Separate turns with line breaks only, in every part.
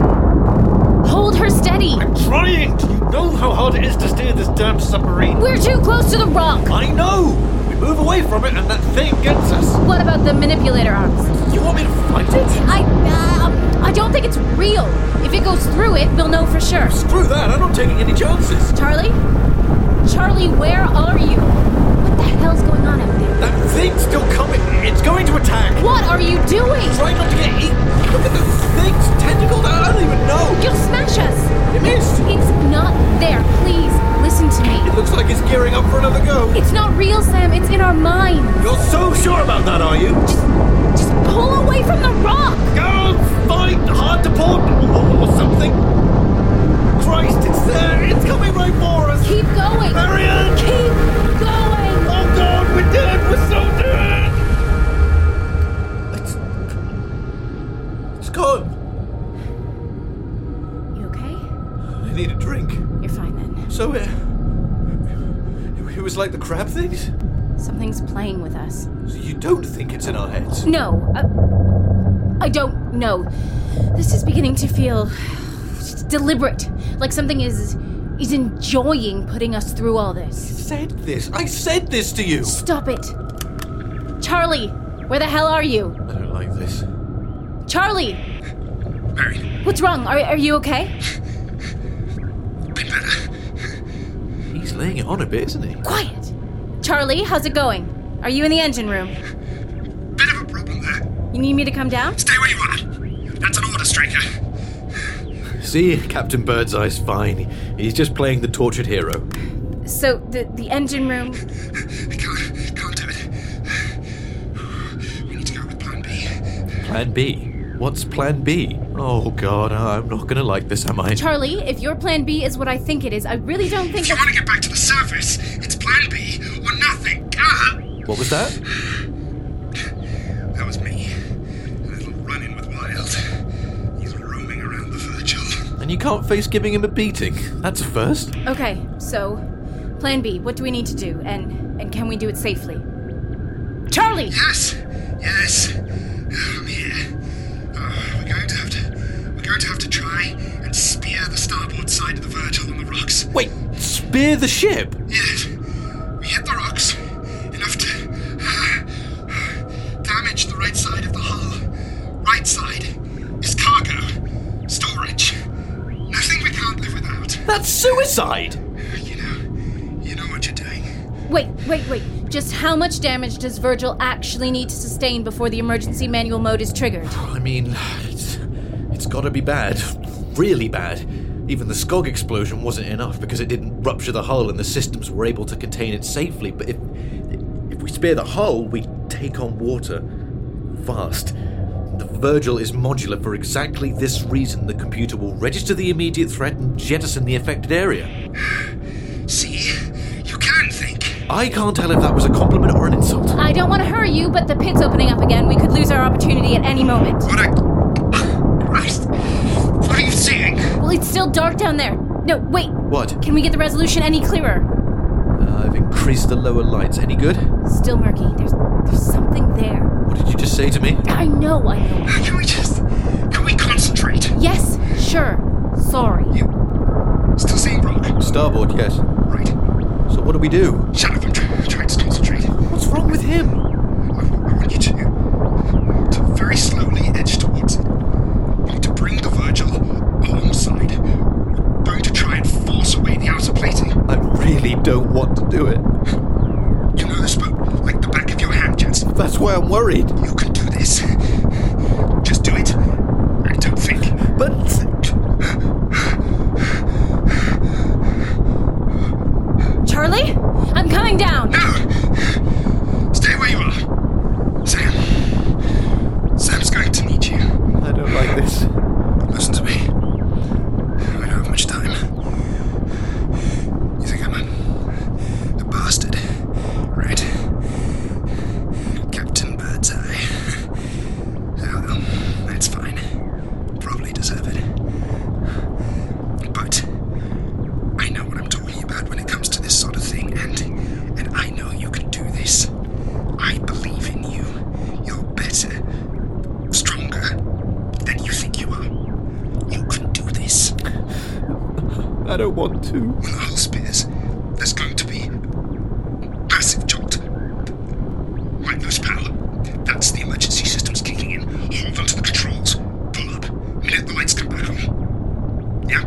Hold her steady!
I'm trying! Do you know how hard it is to steer this damn submarine?
We're too close to the rock!
I know! We move away from it and that thing gets us!
What about the manipulator arms?
You want me to fight it?
I, uh, I don't think it's real. If it goes through it, we'll know for sure.
Screw that, I'm not taking any chances!
Charlie? Charlie, where are you? What the hell's going on out there?
That thing's still coming! It's going to attack!
What are you doing?
Try not to get eaten! Look at those thing's tentacles! I don't even know!
You'll smash us!
It missed!
It's not there. Please, listen to
It
me.
looks like it's gearing up for another go!
It's not real, Sam. It's in our mind.
You're so sure about that, are you?
Just, just pull away from the rock!
Go fight hard to port or, or something! Christ, it's there! It's coming right for us!
Keep going!
Marion!
Keep going!
Oh god, we're dead! We're so dead! It's. It's gone!
You okay?
I need a drink.
You're fine then.
So it. It was like the crab things?
Something's playing with us.
So you don't think it's in our heads?
No, uh, I don't know. This is beginning to feel deliberate. Like something is is enjoying putting us through all
I
this.
said this! I said this to you!
Stop it, Charlie. Where the hell are you,
I don't like this.
Charlie? What's wrong? Are are you okay?
He's laying it on a bit, isn't he?
Quiet, Charlie. How's it going? Are you in the engine room?
Bit of a problem there.
You need me to come down?
Stay where you are. That's an order, Straker.
See, Captain Birdseye's fine. He's just playing the tortured hero.
So the the engine room.
I can't, can't do it. We need to go with Plan B.
Plan B. What's Plan B? Oh god, I'm not gonna like this, am I?
Charlie, if your plan B is what I think it is, I really don't think
If you
that's
want to get back to the surface, it's Plan B or nothing. Ah!
What was that?
That was me. A little run in with Wild. He's roaming around the Virgil.
And you can't face giving him a beating. That's a first.
Okay, so plan B, what do we need to do? And and can we do it safely? Charlie!
Yes, yes. I'm here. Oh, we're going to have to. We're going to have to try and spear the starboard side of the Virgil on the rocks.
Wait, spear the ship?
Yes, we hit the rocks enough to damage the right side of the hull. Right side is cargo, storage, nothing we can't live without.
That's suicide!
You know, you know what you're doing.
Wait, wait, wait. Just how much damage does Virgil actually need to sustain before the emergency manual mode is triggered?
I mean, it's, it's gotta be bad. Really bad. Even the Skog explosion wasn't enough because it didn't rupture the hull and the systems were able to contain it safely. But if, if we spear the hull, we take on water. Fast. The Virgil is modular for exactly this reason. The computer will register the immediate threat and jettison the affected area.
See? You can think.
I can't tell if that was a compliment or an insult.
I don't want to hurry you, but the pit's opening up again. We could lose our opportunity at any moment.
What a. Christ. What are you saying?
Well, it's still dark down there. No, wait.
What?
Can we get the resolution any clearer?
Uh, I've increased the lower lights. Any good?
Still murky. There's there's something there.
What did you just say to me?
I know, I know.
Can we just. Can we concentrate?
Yes, sure. Sorry.
Still seeing Brock?
Starboard, yes.
Right.
So what do we do?
Shut up. I'm try- I'm trying to concentrate.
What's wrong with him?
I, I want you to. to very slowly edge towards it. Not to bring the Virgil alongside. We're going to try and force away the outer plating.
I really don't want to do it.
You know this boat like the back of your hand, Jensen.
That's why I'm worried.
You can do this. Just do it. And don't think.
But
Charlie? I'm coming down.
Stay where you are. Sam. Sam's going to need you.
I don't like this.
Listen to me. I don't have much time. You think I'm a, a bastard, right? Captain Birdseye. Oh, well, that's fine. Probably deserve it. But I know what I'm talking about when it comes to this sort of thing, and and I know you can do this. I believe in you. You're better, stronger than you think you are. You can do this.
I don't want to.
When the hull spears, there's going to be massive jolt. Right loose power. That's the emergency systems kicking in. Hold onto the controls. Pull up. Minute the lights come back on. Yeah.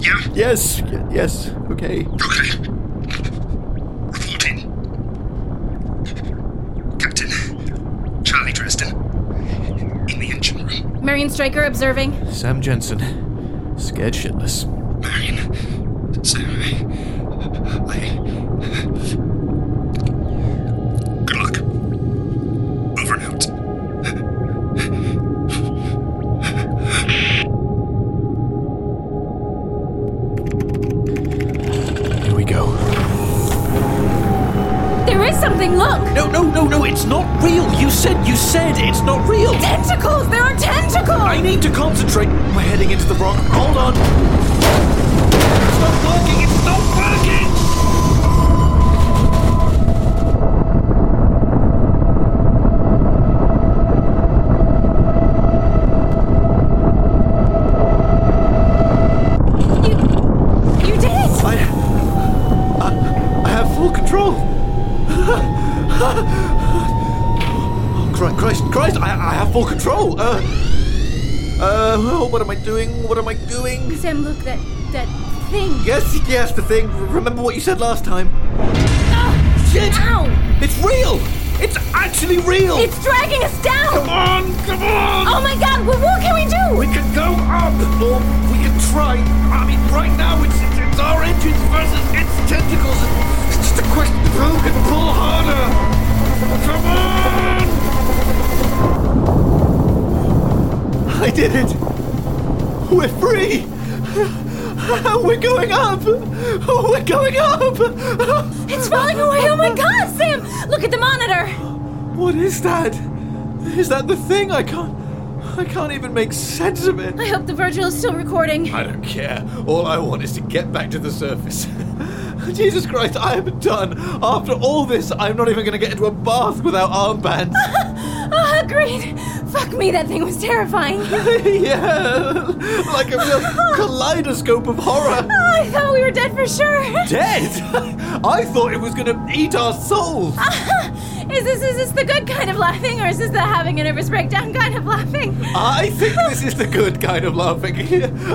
Yeah.
Yes, y- yes, okay.
Okay. Report in. Captain, Charlie Dresden, in the engine room.
Marion Stryker observing.
Sam Jensen. Scared shitless.
Marion, Sarah, I. Good luck. Over and out.
Here we go.
There is something, look!
No, no, no, no, it's not real. You said, you said it's not real.
Tentacles! There are tentacles!
I need to concentrate. We're heading into the rock. Hold on. It's not working. It's not working.
You, you did it!
I, I, I have full control. Christ, Christ, Christ! I, I have full control. Uh, uh, oh, what am I doing? What am I doing?
Sam, look, that, that thing.
Yes, yes, the thing. Remember what you said last time.
Ah!
Shit!
Ow!
It's real. It's actually real.
It's dragging us down!
Come on, come on!
Oh my god, what, what can we do?
We can go up, or we can try. I mean, right now it's, it's, it's our engines versus its tentacles. It's just a question of who can pull harder. Come on! I did it. We're free. We're going up. We're going up.
It's falling away! Oh my god, Sam! Look at the monitor!
What is that? Is that the thing? I can't. I can't even make sense of it.
I hope the Virgil is still recording.
I don't care. All I want is to get back to the surface. Jesus Christ, I am done. After all this, I'm not even going to get into a bath without armbands.
Ah, great! Fuck me, that thing was terrifying.
yeah, like a real kaleidoscope of horror.
Oh, I thought we were dead for sure.
Dead? I thought it was going to eat our souls.
Is this is this the good kind of laughing, or is this the having a nervous breakdown kind of laughing?
I think this is the good kind of laughing.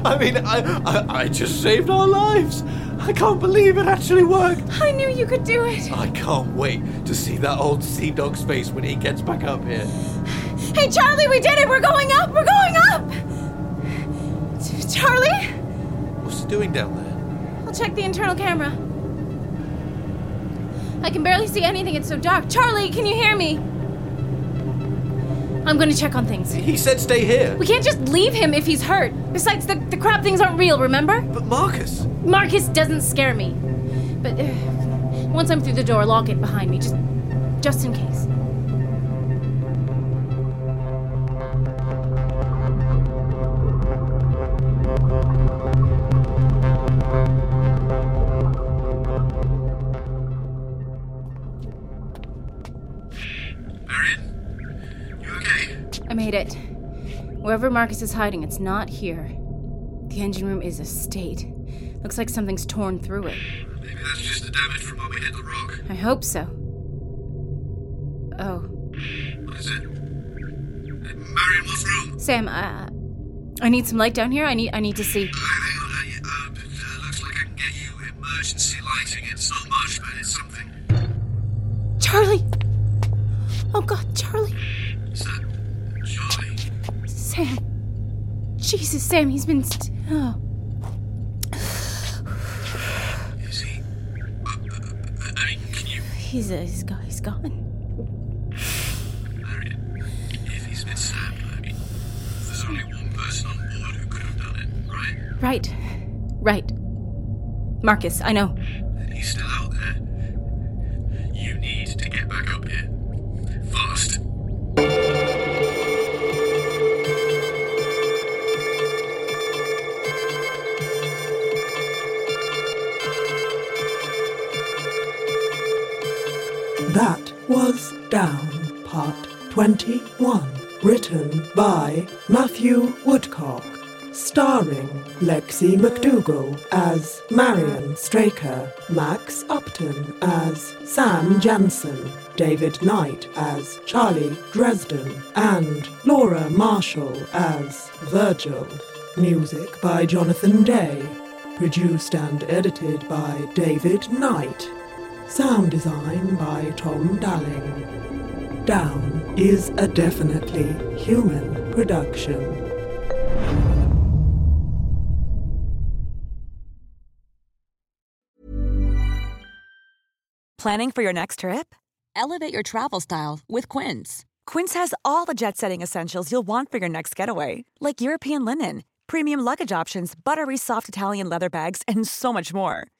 I mean, I, I, I just saved our lives. I can't believe it actually worked.
I knew you could do it.
I can't wait to see that old sea dog's face when he gets back up here.
Hey, Charlie, we did it. We're going up. We're going up. Ch- Charlie,
What's he doing down there?
I'll check the internal camera. I can barely see anything. It's so dark. Charlie, can you hear me? I'm going to check on things.
He said stay here.
We can't just leave him if he's hurt. Besides, the, the crab things aren't real, remember?
But Marcus,
Marcus doesn't scare me. But uh, once I'm through the door, lock it behind me, just just in case.
Marion? You okay?
I made it. Wherever Marcus is hiding, it's not here. The engine room is a state. Looks like something's torn through it.
Maybe that's just the damage from when we hit the rock.
I hope so. Oh,
What is it? Marion, what's wrong?
Sam, I, I need some light down here. I need I need to see.
Hang on, hang on. Uh, looks like I can get you emergency lighting. It's not much, but it's something.
Charlie. Oh God, Charlie.
So, surely.
Sam. Jesus, Sam, he's been. St- oh.
Is he? Uh, uh, I mean, can you.
He's, uh, he's, go- he's gone.
Marion, if he's with Sam, I mean, there's only one person on board who could have done it, right?
Right. Right. Marcus, I know.
And he's still out there. You need to get back up here. Fast.
That was Down, Part 21, written by Matthew Woodcock, starring Lexi McDougall as Marion Straker, Max Upton as Sam Jansen, David Knight as Charlie Dresden, and Laura Marshall as Virgil. Music by Jonathan Day, produced and edited by David Knight. Sound design by Tom Dalling. Down is a definitely human production.
Planning for your next trip?
Elevate your travel style with Quince.
Quince has all the jet setting essentials you'll want for your next getaway, like European linen, premium luggage options, buttery soft Italian leather bags, and so much more.